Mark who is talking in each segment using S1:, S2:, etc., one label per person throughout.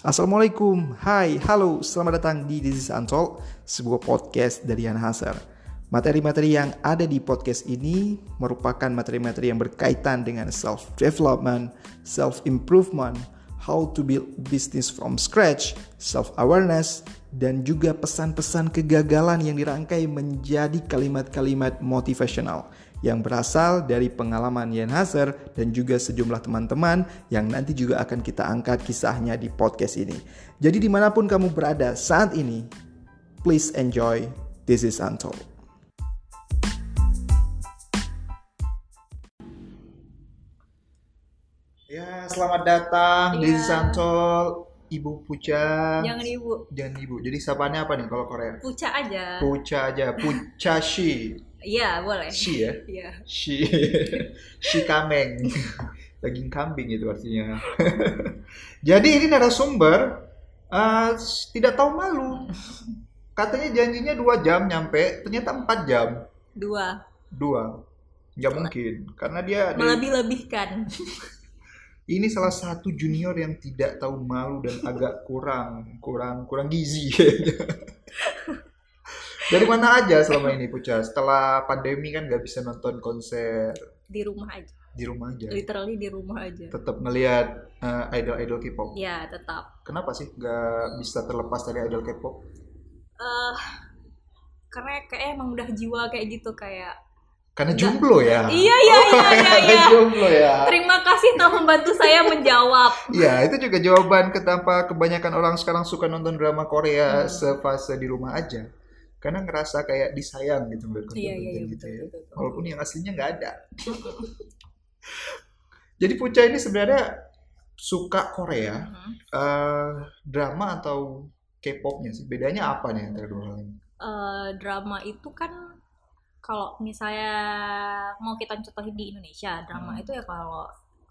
S1: Assalamualaikum, hai, halo, selamat datang di This is Untold, sebuah podcast dari Yana Hazar. Materi-materi yang ada di podcast ini merupakan materi-materi yang berkaitan dengan self-development, self-improvement, how to build business from scratch, self-awareness, dan juga pesan-pesan kegagalan yang dirangkai menjadi kalimat-kalimat motivational yang berasal dari pengalaman Yen Hazer dan juga sejumlah teman-teman yang nanti juga akan kita angkat kisahnya di podcast ini. Jadi dimanapun kamu berada saat ini, please enjoy This is Untold. Ya, selamat datang This
S2: Iya.
S1: is Untold, Ibu Puja.
S2: Jangan ibu,
S1: Jangan Ibu. Jadi sapaannya apa nih kalau Korea?
S2: puca aja.
S1: Puca aja, Puca Shi.
S2: Iya boleh.
S1: Shi ya.
S2: Iya.
S1: Si si kameng. Daging kambing itu artinya. Jadi ini narasumber eh, tidak tahu malu. Katanya janjinya dua jam nyampe, ternyata empat jam.
S2: Dua.
S1: Dua. Nggak mungkin, karena dia dari-
S2: Melebih-lebihkan.
S1: ini salah satu junior yang tidak tahu malu dan agak kurang kurang kurang gizi. Dari mana aja selama ini Puja? Setelah pandemi kan nggak bisa nonton konser
S2: Di rumah aja.
S1: di rumah
S2: Iya.
S1: aja.
S2: Literally di rumah aja.
S1: tetap ngelihat eh, idol-idol K-pop.
S2: Ya tetap.
S1: Kenapa sih nggak bisa terlepas dari idol K-pop?
S2: eh karena kayak emang udah jiwa kayak gitu kayak.
S1: Karena
S2: Nggak.
S1: jomblo ya.
S2: Iya iya iya iya.
S1: Karena
S2: iya.
S1: jomblo ya.
S2: Terima kasih telah membantu saya menjawab.
S1: Iya, itu juga jawaban kenapa kebanyakan orang sekarang suka nonton drama Korea
S2: Hmm.
S1: sefase di rumah aja. Karena ngerasa kayak disayang gitu menurut konten-konten
S2: Iya iya iya
S1: gitu
S2: betul
S1: ya.
S2: betul. betul.
S1: Walaupun yang aslinya nggak ada. Jadi Puca ini sebenarnya suka Korea,
S2: Mhm.
S1: eh, drama atau K-popnya sih. Bedanya apa nih antara dua hal ini?
S2: Eh, drama itu kan kalau misalnya mau kita contohin di Indonesia drama
S1: Hmm.
S2: itu ya kalau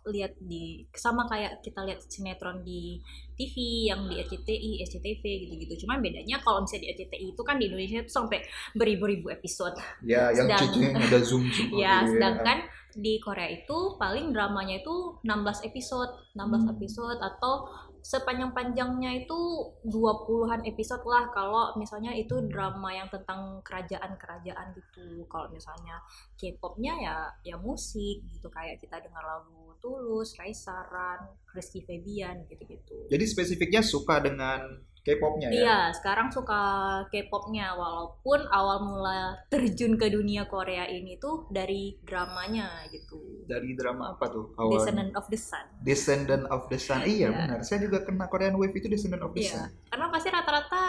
S2: lihat di sama kayak kita lihat sinetron di TV yang di RCTI, SCTV gitu-gitu. Cuman bedanya kalau misalnya di RCTI itu kan di Indonesia itu sampai beribu-ribu episode.
S1: Ya, yang
S2: Sedang-
S1: cucunya yang ada zoom Iya. zoom.
S2: ya, sedangkan di Korea itu paling dramanya itu 16 episode, 16
S1: Hmm.
S2: episode atau sepanjang-panjangnya itu 20-an episode lah kalau misalnya itu drama yang tentang kerajaan-kerajaan gitu. Kalau misalnya K-popnya ya ya musik gitu kayak kita dengar lagu Tulus, Kaisaran, Rizky Febian gitu-gitu.
S1: Jadi spesifiknya suka dengan K-popnya ya.
S2: Iya, sekarang suka K-popnya walaupun awal mula terjun ke dunia Korea ini tuh dari dramanya gitu.
S1: Dari drama apa tuh?
S2: Descendant of the Sun.
S1: Descendant of the Sun. Iya
S2: Iya.
S1: benar. Saya juga kena Korean Wave itu Descendant of the Sun.
S2: Iya. Karena pasti rata-rata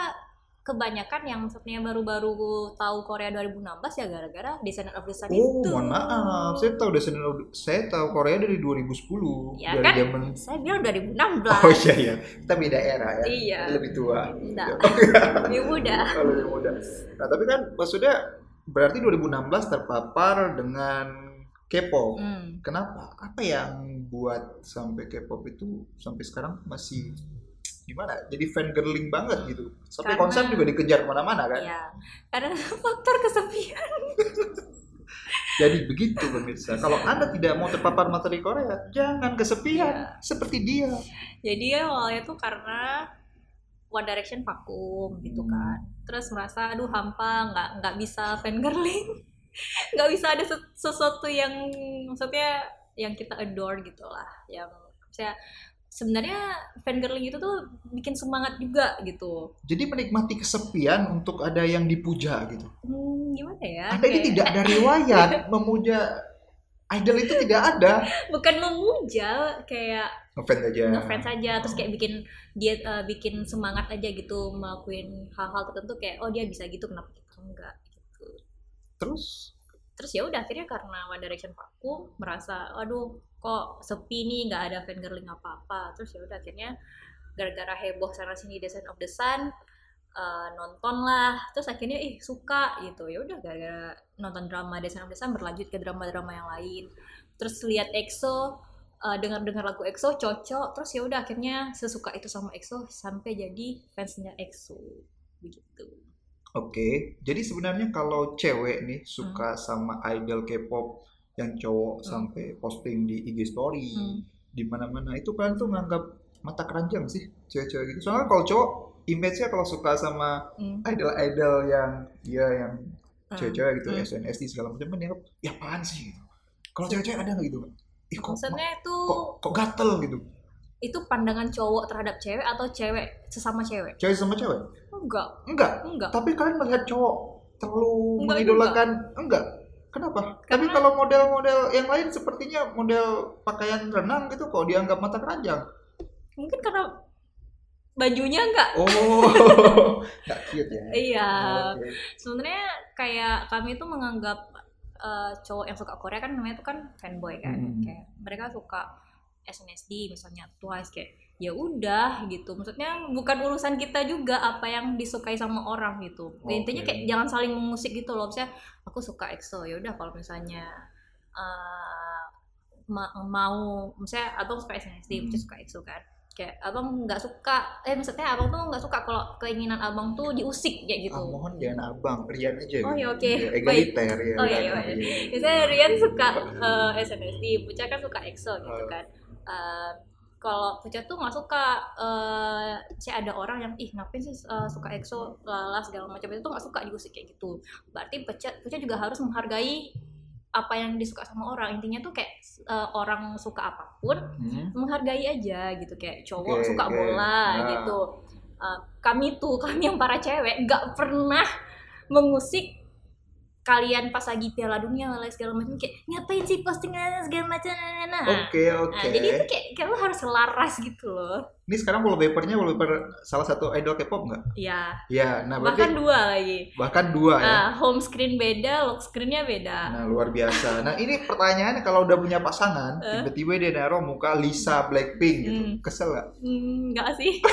S2: kebanyakan yang maksudnya baru-baru tahu Korea 2016 ya gara-gara Descendant of the Sun
S1: Oh,
S2: itu.
S1: mohon maaf. Saya tahu Descendant of saya tahu Korea dari 2010
S2: Ya
S1: dari
S2: kan?
S1: zaman
S2: Saya bilang 2016.
S1: Oh iya iya. Kita beda era ya.
S2: Iya.
S1: Lebih tua.
S2: Enggak.
S1: Kalau
S2: Lebih muda.
S1: lebih muda. Nah, tapi kan maksudnya berarti 2016 terpapar dengan K-pop.
S2: Hmm.
S1: kenapa apa yang buat sampai K-pop itu sampai sekarang masih gimana jadi fan girling banget gitu sampai
S2: Karena-
S1: konser juga dikejar kemana-mana kan
S2: Iya. Karena faktor kesepian.
S1: jadi begitu pemirsa kalau
S2: Iya.
S1: anda tidak mau terpapar materi Korea jangan
S2: Iya.
S1: kesepian seperti dia
S2: Jadi ya awalnya tuh karena One Direction vakum gitu kan. Terus merasa aduh hampa, nggak nggak bisa fangirling. nggak bisa ada se- sesuatu yang maksudnya yang kita adore gitu lah. Yang saya sebenarnya fangirling itu tuh bikin semangat juga gitu.
S1: jadi menikmati kesepian untuk ada yang dipuja gitu
S2: Hmm, gimana ya?
S1: anda ini
S2: Kayak-
S1: tidak ada riwayat memuja idol itu tidak ada
S2: bukan memuja kayak
S1: ngefans aja
S2: ngefans aja terus kayak bikin dia eh, bikin semangat aja gitu melakukan hal-hal tertentu kayak oh dia bisa gitu kenapa kita enggak gitu
S1: terus
S2: terus ya udah akhirnya karena One Direction vakum merasa aduh kok sepi nih nggak ada fangirling apa apa terus ya udah akhirnya gara-gara heboh sana sini Descent of the Sun eh, nonton lah terus akhirnya ih suka gitu ya udah gara-gara nonton drama Descent of the Sun berlanjut ke drama-drama yang lain terus lihat EXO eh, dengar-dengar lagu EXO cocok terus ya udah akhirnya sesuka itu sama EXO sampai jadi fansnya EXO begitu
S1: Oke, jadi sebenarnya kalau cewek nih suka sama idol K-pop yang cowok
S2: Hmm.
S1: sampai posting di IG story
S2: Hmm.
S1: di mana-mana itu kan tuh nganggap mata keranjang sih cewek-cewek gitu. Soalnya kalau cowok image-nya kalau suka sama
S2: Hmm.
S1: idol-idol yang dia yang
S2: Hmm.
S1: cewek-cewek gitu,
S2: Hmm.
S1: SNSD segala macam, dia ya apaan sih? gitu. Kalau cewek-cewek ada nggak gitu? Ih, kok,
S2: Maksudnya itu
S1: kok, kok gatel gitu?
S2: itu pandangan cowok terhadap cewek atau cewek sesama cewek?
S1: Cewek sama cewek?
S2: Enggak,
S1: Enggak.
S2: enggak.
S1: Tapi kalian melihat cowok terlalu
S2: Enggak
S1: mengidolakan enggak? Kenapa? Tapi
S2: Karena-
S1: kalau model-model yang lain sepertinya model pakaian renang gitu kok dianggap mata keranjang.
S2: Mungkin karena bajunya enggak.
S1: Oh, enggak cute ya.
S2: Iya.
S1: Oh, oke.
S2: Sebenarnya kayak kami itu menganggap eh, cowok yang suka Korea kan namanya itu kan fanboy kan.
S1: Hmm.
S2: Kayak mereka suka SNSD misalnya Twice kayak ya udah gitu. Maksudnya bukan urusan kita juga apa yang disukai sama orang gitu. Dan Intinya
S1: Oke.
S2: kayak jangan saling mengusik gitu loh. Misalnya aku suka EXO ya udah kalau misalnya eh, ma- mau misalnya abang suka SNSD,
S1: Hmm.
S2: Uci suka EXO kan kayak abang nggak suka eh maksudnya abang tuh nggak suka kalau keinginan abang tuh diusik kayak gitu
S1: Ah, mohon jangan abang, Rian aja.
S2: Oh,
S1: gitu.
S2: iya, oke.
S1: Iya, Egaliter ya.
S2: Oh, iya,
S1: kan?
S2: iya, iya. Misalnya Rian suka eh, SNSD, Puca kan suka EXO gitu kan. Eh, kalau Puca tuh nggak suka, eh saya ada orang yang ih ngapain sih eh, suka EXO, lala segala macam itu tuh nggak suka diusik kayak gitu. Berarti Puca, Puca juga harus menghargai apa yang disuka sama orang. Intinya tuh kayak eh, orang suka apapun
S1: Hmm.
S2: menghargai aja gitu kayak cowok
S1: Oke,
S2: suka
S1: oke.
S2: bola
S1: Ah.
S2: gitu. Eh, kami tuh kami yang para cewek nggak pernah mengusik kalian pas lagi Piala Dunia lah segala macam kayak ngapain sih postingan segala macam nah, nah.
S1: Oke, oke.
S2: Nah, jadi itu kayak kayak lo harus selaras gitu loh
S1: Ini sekarang wallpapernya wallpaper salah satu idol K-pop nggak?
S2: ya
S1: Ya, nah berarti
S2: bahkan dua lagi
S1: bahkan dua ya.
S2: Ah, home screen beda lock screennya beda
S1: Nah, luar biasa. Nah, ini pertanyaannya kalau udah punya pasangan,
S2: Eh?
S1: tiba-tiba dia naruh muka Lisa Blackpink gitu.
S2: Hmm.
S1: Kesel gak?
S2: Hmm, nggak sih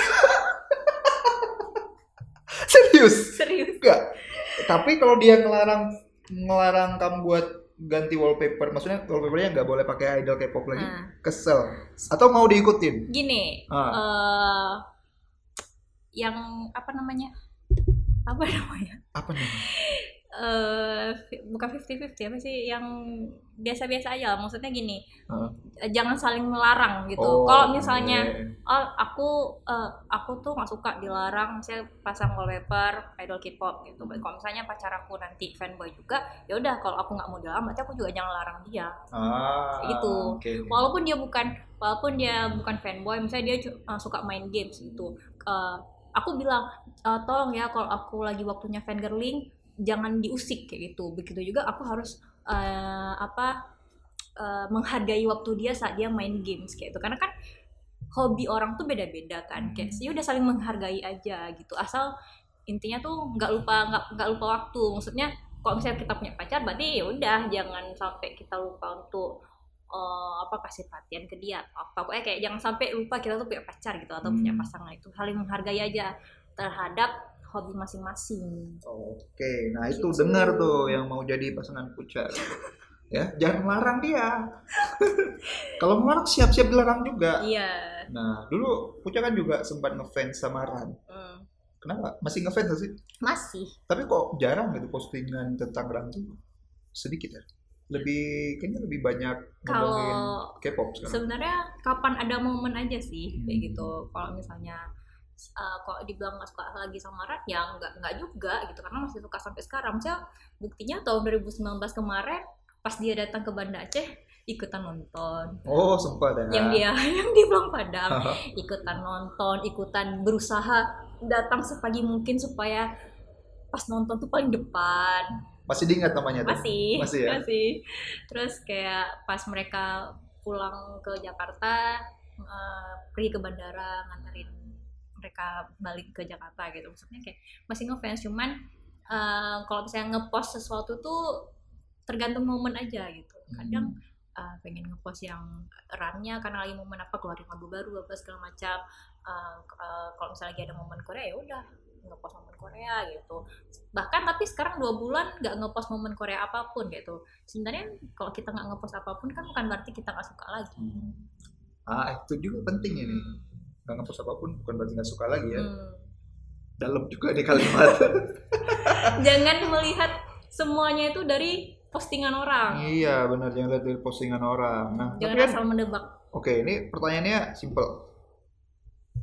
S1: Serius?
S2: serius
S1: Enggak. Tapi kalau dia ngelarang ngelarang kamu buat ganti wallpaper, maksudnya wallpapernya nggak boleh pakai idol K-pop lagi,
S2: Nah,
S1: kesel. Atau mau diikutin?
S2: gini
S1: Ah.
S2: eh, yang apa namanya apa namanya
S1: Apa namanya?
S2: eh fi- bukan 50-50 apa sih yang biasa-biasa aja lah. maksudnya gini
S1: Heeh.
S2: eh, jangan saling melarang gitu
S1: Oh,
S2: kalau misalnya
S1: oke.
S2: oh aku eh, aku tuh nggak suka dilarang misalnya pasang wallpaper idol K-pop gitu
S1: Hmm.
S2: kalau misalnya pacar aku nanti fanboy juga ya udah kalau aku nggak mau dilarang berarti aku juga jangan larang dia
S1: Ah,
S2: Gitu.
S1: oke.
S2: walaupun dia bukan walaupun dia bukan fanboy misalnya dia cu- uh, suka main games gitu Uh, aku bilang "Uh, tolong ya kalau aku lagi waktunya fangirling jangan diusik kayak gitu begitu juga aku harus uh, apa uh, menghargai waktu dia saat dia main games kayak itu karena kan hobi orang tuh beda-beda kan kayak sih udah saling menghargai aja gitu asal intinya tuh nggak lupa nggak nggak lupa waktu maksudnya kalau misalnya kita punya pacar berarti ya udah jangan sampai kita lupa untuk eh, apa kasih perhatian ke dia apa pokoknya kayak jangan sampai lupa kita tuh punya pacar gitu atau punya
S1: Hmm.
S2: pasangan itu saling menghargai aja terhadap hobi masing-masing
S1: Oke, nah itu
S2: Gitu.
S1: dengar tuh yang mau jadi pasangan pucat. ya, jangan melarang dia. Kalau melarang siap-siap dilarang juga.
S2: iya
S1: Nah, dulu Puca kan juga sempat ngefans sama Ran.
S2: Hmm.
S1: Kenapa? Masih ngefans nggak sih?
S2: masih
S1: Tapi kok jarang gitu postingan tentang Ran tuh sedikit ya. Lebih kayaknya lebih banyak ngomongin
S2: kalau
S1: K-pop sekarang.
S2: sebenarnya kapan ada momen aja sih kayak
S1: Hmm.
S2: gitu kalau misalnya uh, kalau dibilang nggak suka lagi sama Rat ya nggak nggak juga gitu karena masih suka sampai sekarang saya buktinya tahun 2019 kemarin pas dia datang ke Banda Aceh ikutan nonton
S1: Oh, sempat ya.
S2: yang dia yang di Belang Padang ikutan nonton, ikutan berusaha datang sepagi mungkin supaya pas nonton tuh paling depan.
S1: Masih diingat namanya tuh.
S2: Masih,
S1: Masih ya?
S2: Terus kayak pas mereka pulang ke Jakarta, eh, pergi ke bandara nganterin mereka balik ke Jakarta gitu. Maksudnya kayak masih ngefans, cuman eh, kalau misalnya ngepost sesuatu tuh tergantung momen aja gitu.
S1: Hmm.
S2: Kadang uh, pengen ngepost yang run-nya karena lagi momen apa keluarin lagu baru apa segala macam Uh, uh, kalau misalnya lagi ada momen Korea ya udah ngepost momen Korea gitu bahkan tapi sekarang dua bulan nggak ngepost momen Korea apapun gitu sebenarnya kalau kita nggak ngepost apapun kan bukan berarti kita nggak suka lagi
S1: Hmm. Ah, itu juga penting ini. Gak ngepost apapun bukan berarti gak suka lagi ya.
S2: Hmm.
S1: Dalam juga nih kalimat.
S2: jangan melihat semuanya itu dari postingan orang
S1: Iya benar jangan lihat dari postingan orang. Nah, tapi
S2: jangan
S1: kan,
S2: asal menebak
S1: oke ini pertanyaannya simple.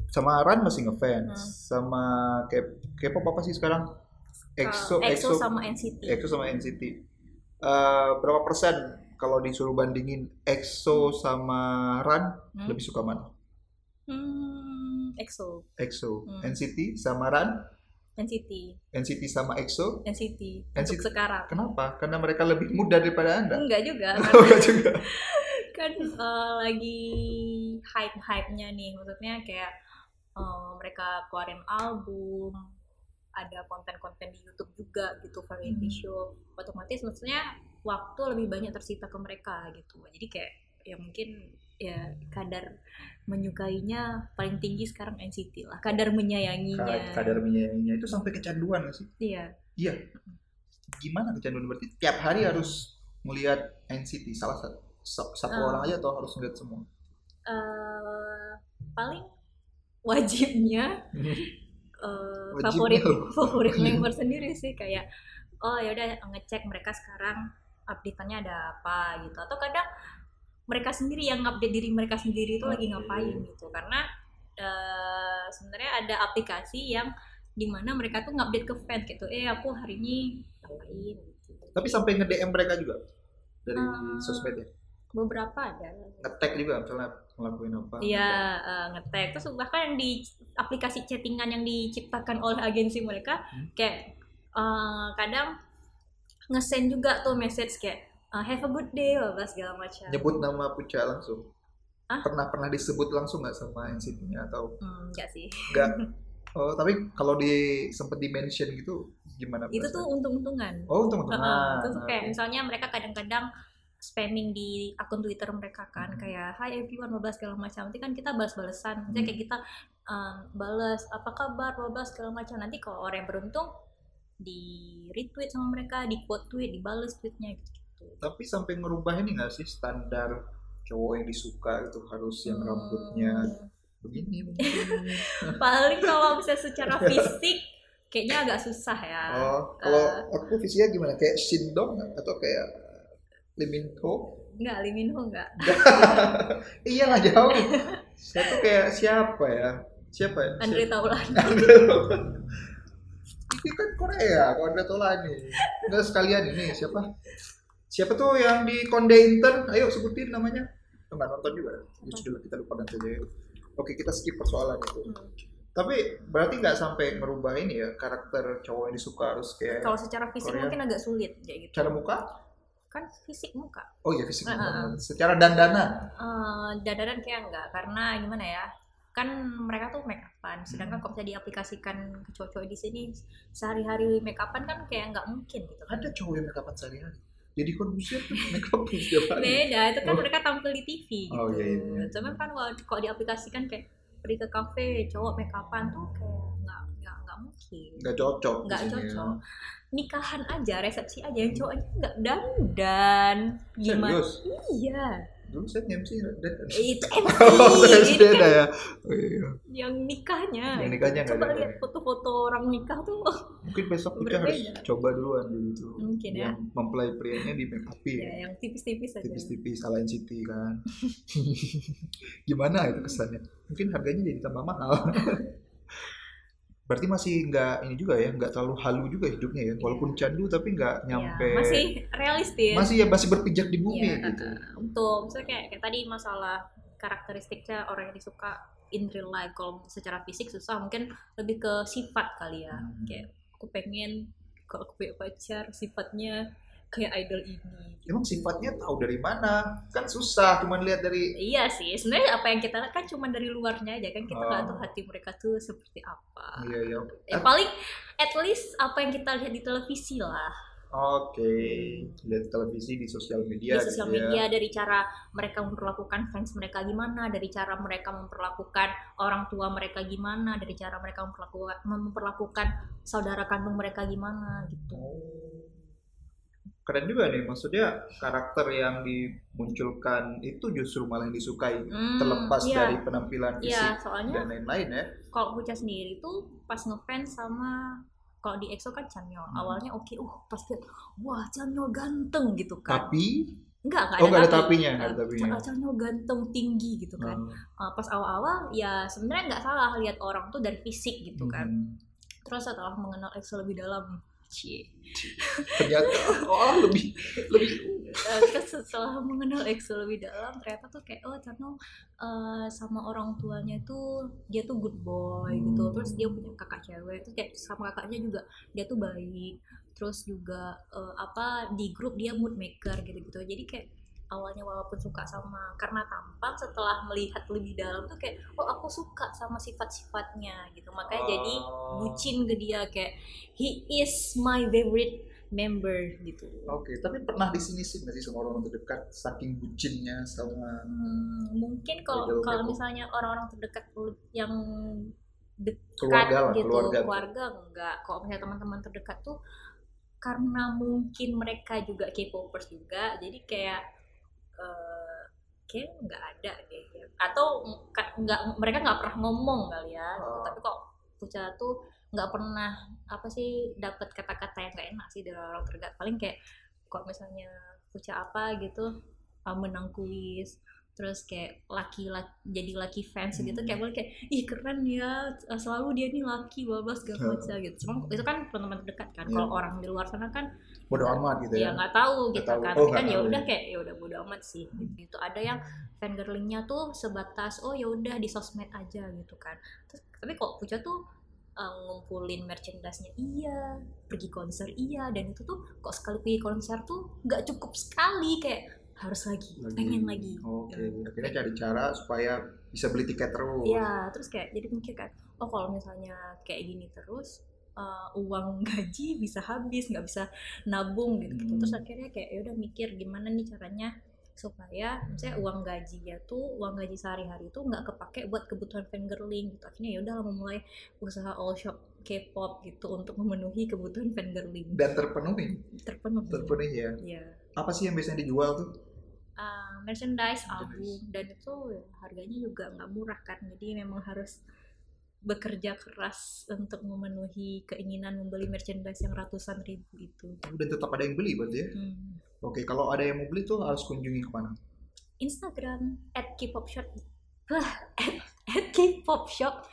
S1: sama Aran masih ngefans
S2: Hmm.
S1: sama K- K-pop apa sih sekarang EXO
S2: Eh, EXO sama NCT.
S1: EXO sama NCT Eh, berapa persen kalau disuruh bandingin EXO sama Ran
S2: Hmm?
S1: lebih suka mana
S2: Hmm, EXO,
S1: EXO
S2: Hmm.
S1: NCT sama Ran
S2: NCT,
S1: NCT sama EXO
S2: NCT,
S1: NCT.
S2: untuk sekarang.
S1: kenapa karena mereka lebih muda daripada anda
S2: Enggak juga,
S1: Oh,
S2: karena
S1: enggak juga
S2: kan eh, lagi hype-hype-nya nih. Maksudnya kayak eh, mereka keluarin album, ada konten-konten di YouTube juga gitu, variety
S1: Hmm.
S2: show. Otomatis maksudnya waktu lebih banyak tersita ke mereka gitu. Jadi kayak ya mungkin ya kadar menyukainya paling tinggi sekarang NCT lah. Kadar menyayanginya.
S1: Ka- kadar menyanyinya itu sampai kecanduan gak sih
S2: Iya.
S1: iya gimana kecanduan berarti tiap hari harus melihat NCT salah satu satu
S2: Ah.
S1: orang aja atau harus ngeliat semua
S2: eh paling wajibnya eh,
S1: Wajibnya
S2: favorit
S1: loh.
S2: favorit member sendiri sih kayak oh ya udah ngecek mereka sekarang update-annya ada apa gitu atau kadang mereka sendiri yang update diri mereka sendiri itu lagi
S1: Oke.
S2: ngapain gitu karena eh, sebenarnya ada aplikasi yang dimana mereka tuh ngupdate ke fan gitu eh aku hari ini ngapain gitu.
S1: tapi sampai nge DM mereka juga dari
S2: Ah.
S1: sosmed ya
S2: beberapa ada
S1: ngetek juga misalnya ngelakuin apa
S2: Iya, eh, ngetek. Terus bahkan yang di aplikasi chattingan yang diciptakan oleh agensi mereka,
S1: Hmm.
S2: kayak eh, kadang ngesend juga tuh message kayak eh, have a good day, bla bla segala macam.
S1: gitu. nyebut nama Puca langsung
S2: Ah?
S1: pernah pernah disebut langsung nggak sama NCT-nya atau
S2: Hmm, enggak sih.
S1: enggak oh tapi kalau di sempet di mention gitu gimana
S2: Itu tuh
S1: perasaan?
S2: untung-untungan.
S1: oh Iya. untung untung
S2: Heeh, itu tuh kayak misalnya mereka kadang-kadang spamming di akun Twitter mereka kan
S1: Hmm.
S2: kayak hi everyone bla bla segala macam nanti kan kita balas-balesan nanti
S1: Hmm.
S2: kayak kita um, balas apa kabar bla bla segala macam nanti kalau orang yang beruntung di retweet sama mereka di quote tweet dibales tweetnya gitu
S1: tapi sampai ngerubah ini nggak sih standar cowok yang disuka itu harus yang
S2: Hmm.
S1: rambutnya begini mungkin
S2: paling kalau bisa secara fisik kayaknya agak susah ya
S1: oh kalau aku visinya gimana kayak Shindong nggak? atau kayak Liminho
S2: nggak Liminho nggak
S1: Iyalah Iya, jauh. Saya tuh kayak siapa ya? Siapa ya?
S2: Andre Taulani
S1: Itu kan Korea, Korea Tolani. Enggak sekalian ini siapa? Siapa tuh yang di Konde Intern? Ayo sebutin namanya. Enggak nonton juga. Ya sudah kita lupakan saja. ya. Oke, kita skip persoalan itu.
S2: Hmm.
S1: Tapi berarti nggak sampai ngerubah ini ya karakter cowok yang disuka harus kayak
S2: kalau secara fisik
S1: Korea.
S2: mungkin agak sulit kayak gitu
S1: cara muka?
S2: kan fisik muka
S1: Oh iya fisik.
S2: Ah, ah,
S1: bener-bener. Secara dandana.
S2: eh dadaran kayak enggak karena gimana ya kan mereka tuh make upan sedangkan
S1: Hmm.
S2: kalau bisa diaplikasikan ke cowok-cowok di sini sehari-hari make upan kan kayak nggak mungkin gitu kan
S1: Ada cowok yang make upan sehari-hari. Jadi kondusir tuh make up setiap hari.
S2: beda itu kan
S1: Oh.
S2: mereka tampil di TV gitu
S1: Oh, iya, iya, iya.
S2: cuman kan kalau kalau diaplikasikan kayak pergi ke kafe cowok make upan tuh kayak nggak nggak nggak mungkin
S1: Nggak cocok. di
S2: nggak
S1: sini ya.
S2: cocok nikahan aja resepsi aja yang cowoknya nggak dandan gimana
S1: Serius?
S2: iya
S1: Dulu saya MC dan
S2: itu
S1: Oh,
S2: MC
S1: SD dah ya. Oh, iya.
S2: yang nikahnya
S1: Yang nikahnya nggak
S2: coba
S1: ada.
S2: lihat foto-foto orang nikah tuh
S1: Mungkin besok kita
S2: Berbeda.
S1: harus coba duluan gitu.
S2: Mungkin ya.
S1: Yang mempelai prianya di make upin.
S2: ya yang tipis-tipis aja
S1: Iya. Tipis-tipis ala NCT kan. Gimana itu kesannya? Mungkin harganya jadi tambah mahal. Berarti masih nggak ini juga ya, nggak terlalu halu juga hidupnya ya. Walaupun candu tapi nggak
S2: Ya,
S1: nyampe.
S2: Iya. masih realistis
S1: masih ya masih berpijak di bumi
S2: Iya,
S1: gitu.
S2: uh-uh. untuk misalnya kayak, kayak tadi masalah karakteristiknya orang yang disuka in real life kalau secara fisik susah mungkin lebih ke sifat kali ya
S1: Hmm.
S2: kayak aku pengen kalau aku punya pacar sifatnya kayak idol ini
S1: Hmm. Emang sifatnya tahu dari mana? Kan susah, cuman lihat dari
S2: Iya sih, sebenarnya apa yang kita lihat kan cuma dari luarnya aja kan kita nggak
S1: Oh.
S2: tahu hati mereka tuh seperti apa.
S1: Iya iya.
S2: Ya, paling at least apa yang kita lihat di televisi lah
S1: Oke, lihat televisi di sosial media.
S2: di sosial
S1: gitu ya.
S2: media dari cara mereka memperlakukan fans mereka gimana dari cara mereka memperlakukan orang tua mereka gimana dari cara mereka memperlakukan memperlakukan saudara kandung mereka gimana gitu
S1: Oh. Keren juga nih, maksudnya karakter yang dimunculkan itu justru malah yang disukai,
S2: Hmm,
S1: terlepas
S2: iya.
S1: dari penampilan
S2: Iya,
S1: fisik dan
S2: soalnya
S1: lain-lain ya.
S2: kalau Puja sendiri tuh pas ngefans sama kalau di EXO kan Chanyeol
S1: Hmm.
S2: awalnya oke uh pas lihat wah Chanyeol ganteng gitu kan
S1: Tapi
S2: Enggak, enggak
S1: Oh, nggak ada
S2: tapi.
S1: tapinya, nggak ada
S2: Eh,
S1: tapinya. Hmm.
S2: Cah- Cahno ganteng tinggi gitu kan. Eh, pas awal-awal ya sebenarnya nggak salah lihat orang tuh dari fisik
S1: Hmm.
S2: gitu kan. Terus setelah mengenal EXO lebih dalam, cie.
S1: Ternyata oh lebih lebih
S2: Eh, terus setelah mengenal EXO lebih dalam, ternyata tuh kayak oh Cahno eh, sama orang tuanya tuh dia tuh good boy gitu.
S1: Hmm.
S2: Terus dia punya kakak cewek, terus kayak sama kakaknya juga dia tuh baik. Terus juga eh, apa di grup dia mood maker gitu-gitu. Jadi kayak awalnya walaupun suka sama karena tampang setelah melihat lebih dalam tuh kayak oh aku suka sama sifat-sifatnya gitu makanya jadi
S1: Oh.
S2: bucin ke dia kayak he is my favorite member gitu
S1: Oke, tapi pernah disinisin nggak sih sama orang-orang terdekat saking bucinnya sama
S2: Hmm, mungkin kalau
S1: Jauh-jauh
S2: kalau
S1: gitu.
S2: misalnya orang-orang terdekat lu- yang dekat
S1: keluarga lah,
S2: gitu
S1: keluarga.
S2: enggak kalau misalnya teman-teman terdekat tuh karena mungkin mereka juga K-popers juga jadi kayak eh kayak nggak ada kayaknya atau ka- nggak mereka nggak pernah ngomong kali ya gitu.
S1: Oh.
S2: tapi kok Puja tuh nggak pernah apa sih dapat kata-kata yang gak enak sih dari orang terdekat paling kayak kok misalnya Puja apa gitu ah, menang kuis terus kayak laki laki jadi laki fans gitu
S1: Hmm.
S2: kayak boleh kayak ih keren ya selalu dia nih laki babas gak
S1: Hmm.
S2: macam gitu cuma itu kan teman-teman terdekat kan
S1: Iya.
S2: kalau orang di luar sana kan
S1: Bodoh amat gitu
S2: ya
S1: ya.
S2: nggak tahu
S1: Nggak
S2: gitu
S1: tahu.
S2: kan
S1: Oh,
S2: Tapi kan
S1: nggak
S2: ya
S1: tahu,
S2: udah
S1: ya.
S2: kayak ya udah bodo amat sih gitu ada yang fangirlingnya tuh sebatas oh ya udah di sosmed aja gitu kan terus tapi kok Puja tuh eh, ngumpulin merchandise-nya iya pergi konser iya dan itu tuh kok sekali pergi konser tuh nggak cukup sekali kayak harus lagi,
S1: Lagi. Oh,
S2: pengen lagi
S1: Oke,
S2: Ya.
S1: akhirnya cari cara supaya bisa beli tiket terus.
S2: Iya, terus kayak jadi mikir kan, oh kalau misalnya kayak gini terus eh, uang gaji bisa habis, nggak bisa nabung gitu.
S1: Hmm.
S2: Terus akhirnya kayak ya udah mikir gimana nih caranya supaya misalnya uang gajinya tuh uang gaji sehari-hari tuh nggak kepake buat kebutuhan fangirling gitu. Akhirnya ya udah memulai usaha all shop K-pop gitu untuk memenuhi kebutuhan fangirling
S1: Dan terpenuhi,
S2: terpenuhi.
S1: terpenuhi ya.
S2: Iya.
S1: Apa sih yang biasanya dijual tuh?
S2: Uh, merchandise album
S1: Merchandise.
S2: dan itu ya, harganya juga nggak murah kan jadi memang harus bekerja keras untuk memenuhi keinginan membeli merchandise yang ratusan ribu itu
S1: Dan tetap ada yang beli berarti ya.
S2: Hmm.
S1: Oke, kalau ada yang mau beli tuh harus kunjungi kemana?
S2: Instagram at kpopshop at, at kpopshop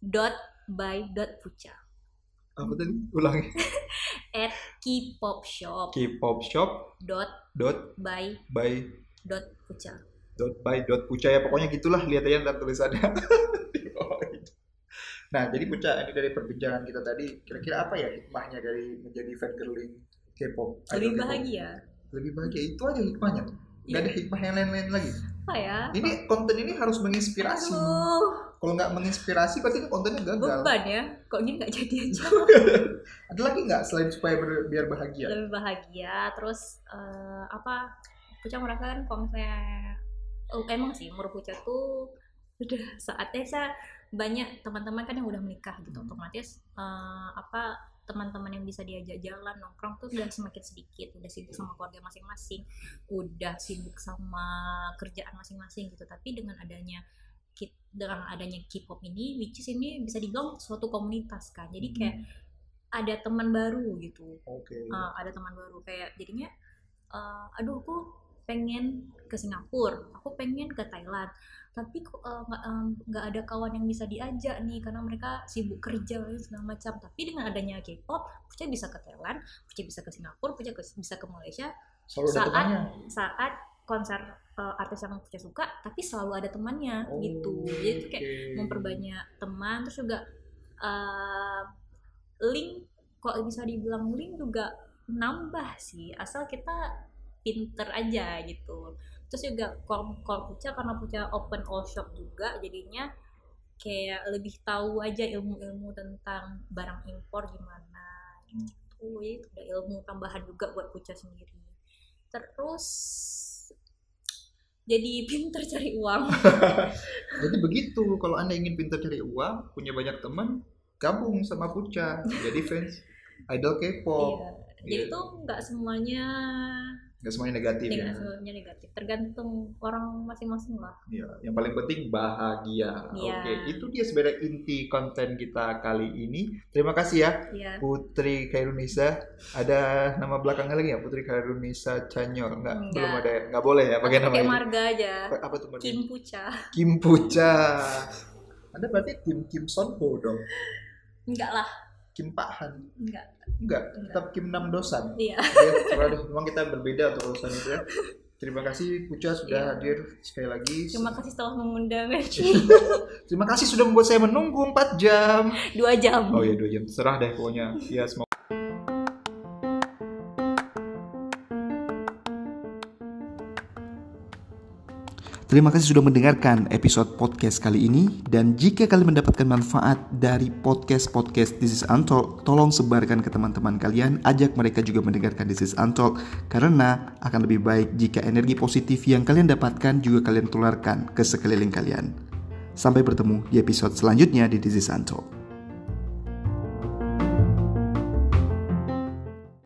S2: dot by dot puca
S1: Apa tadi? Ulangi.
S2: kpopshop
S1: Kpopshop
S2: dot
S1: dot
S2: by
S1: by
S2: dot puca
S1: dot by dot Puca ya pokoknya gitulah lihat aja ntar tulisannya Di bawah itu. nah jadi Puca ini dari perbincangan kita tadi kira-kira apa ya hikmahnya dari menjadi fangirling K-pop idol
S2: lebih
S1: K-pop?
S2: bahagia Iya.
S1: lebih bahagia itu aja hikmahnya nggak ada hikmah yang lain-lain lagi
S2: apa ya
S1: ini konten ini harus menginspirasi
S2: Aduh,
S1: kalau nggak menginspirasi berarti ini kontennya gagal
S2: beban ya kok ini nggak jadi aja
S1: ada lagi nggak selain supaya ber- biar bahagia
S2: lebih bahagia terus eh, apa Puca merasakan kalau misalnya oh, emang sih umur Puca tuh udah saatnya saya banyak teman-teman kan yang udah menikah gitu
S1: Hmm.
S2: otomatis eh, apa teman-teman yang bisa diajak jalan nongkrong tuh udah semakin sedikit udah sibuk sama keluarga masing-masing udah sibuk sama kerjaan masing-masing gitu tapi dengan adanya kit- dengan adanya K-pop ini which is ini bisa dibilang suatu komunitas kan jadi
S1: Hmm.
S2: kayak ada teman baru gitu
S1: oke
S2: Uh, ada teman baru kayak jadinya uh, aduh aku pengen ke Singapura aku pengen ke Thailand tapi kok uh, nggak um, nggak ada kawan yang bisa diajak nih karena mereka sibuk kerja dan segala macam tapi dengan adanya K-pop Puja bisa ke Thailand Puja bisa ke Singapura Puja ke- bisa ke Malaysia
S1: selalu ada
S2: saat-
S1: temannya
S2: saat konser uh, artis yang Puja suka tapi selalu ada temannya
S1: Oh,
S2: gitu jadi itu kayak
S1: oke.
S2: memperbanyak teman terus juga eh, link kok bisa dibilang link juga nambah sih asal kita pinter aja gitu terus juga kalau kalau Puca karena Puca open all shop juga jadinya kayak lebih tahu aja ilmu-ilmu tentang barang impor gimana gitu ya itu ada ilmu tambahan juga buat Puca sendiri terus jadi pinter cari uang
S1: Jadi begitu, kalau Anda ingin pintar cari uang, punya banyak teman, gabung sama Puca, jadi fans idol K-pop.
S2: Iya. Jadi
S1: Iya.
S2: tuh nggak semuanya
S1: Nggak nggak semuanya negatif ya.
S2: negatif semuanya negatif tergantung orang masing-masing lah
S1: Iya, yang paling penting bahagia.
S2: Iya.
S1: Oke, itu dia sebenarnya inti konten kita kali ini. Terima kasih ya
S2: ya
S1: Putri Kairunisa. Ada nama belakangnya lagi ya Putri Kairunisa Canyor. Enggak,
S2: Enggak.
S1: belum ada. ya? Enggak boleh ya pakai nama
S2: pakai
S1: ini.
S2: marga aja
S1: Apa, apa tuh marga?
S2: Kim Pucha
S1: Kim Pucha. Anda berarti Kim Kim Son Ho dong.
S2: enggak lah
S1: Kim Pak Han.
S2: enggak
S1: Enggak,
S2: Enggak.
S1: tetap Kim Nam Dosan.
S2: iya
S1: Oke, terserah deh. memang kita berbeda untuk urusan itu ya. Terima kasih Pucha sudah
S2: Iya.
S1: hadir sekali lagi.
S2: terima kasih telah mengundang
S1: Terima kasih sudah membuat saya menunggu 4 jam.
S2: dua jam
S1: Oh iya 2 jam, serah deh pokoknya. Iya semoga. Terima kasih sudah mendengarkan episode podcast kali ini dan jika kalian mendapatkan manfaat dari podcast-podcast This is Untalk, tolong sebarkan ke teman-teman kalian, ajak mereka juga mendengarkan This is Untalk karena akan lebih baik jika energi positif yang kalian dapatkan juga kalian tularkan ke sekeliling kalian. Sampai bertemu di episode selanjutnya di This is Untalk.